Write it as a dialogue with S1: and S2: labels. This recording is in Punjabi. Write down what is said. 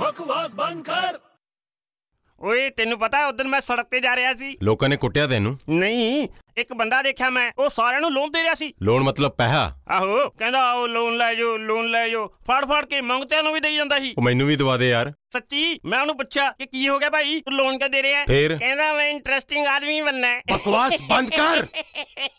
S1: ਬਕਵਾਸ ਬੰਦ ਕਰ
S2: ਓਏ ਤੈਨੂੰ ਪਤਾ ਉਦੋਂ ਮੈਂ ਸੜਕ ਤੇ ਜਾ ਰਿਹਾ ਸੀ
S3: ਲੋਕਾਂ ਨੇ ਕੁੱਟਿਆ ਤੈਨੂੰ
S2: ਨਹੀਂ ਇੱਕ ਬੰਦਾ ਦੇਖਿਆ ਮੈਂ ਉਹ ਸਾਰਿਆਂ ਨੂੰ ਲੋਨ ਦੇ ਰਿਹਾ ਸੀ
S3: ਲੋਨ ਮਤਲਬ ਪੈਸਾ
S2: ਆਹੋ ਕਹਿੰਦਾ ਆਓ ਲੋਨ ਲੈ ਜਾਓ ਲੋਨ ਲੈ ਜਾਓ ਫੜ ਫੜ ਕੇ ਮੰਗਤਿਆਂ ਨੂੰ ਵੀ ਦੇਈ ਜਾਂਦਾ ਸੀ
S3: ਉਹ ਮੈਨੂੰ ਵੀ ਦਵਾ ਦੇ ਯਾਰ
S2: ਸੱਚੀ ਮੈਂ ਉਹਨੂੰ ਪੁੱਛਿਆ ਕਿ ਕੀ ਹੋ ਗਿਆ ਭਾਈ ਤੂੰ ਲੋਨ ਕਿਉਂ ਦੇ ਰਿਹਾ ਹੈ?
S3: ਫੇਰ?
S2: ਕਹਿੰਦਾ ਮੈਂ ਇੰਟਰਸਟਿੰਗ ਆਦਮੀ ਬਣਨਾ ਹੈ
S3: ਬਕਵਾਸ ਬੰਦ ਕਰ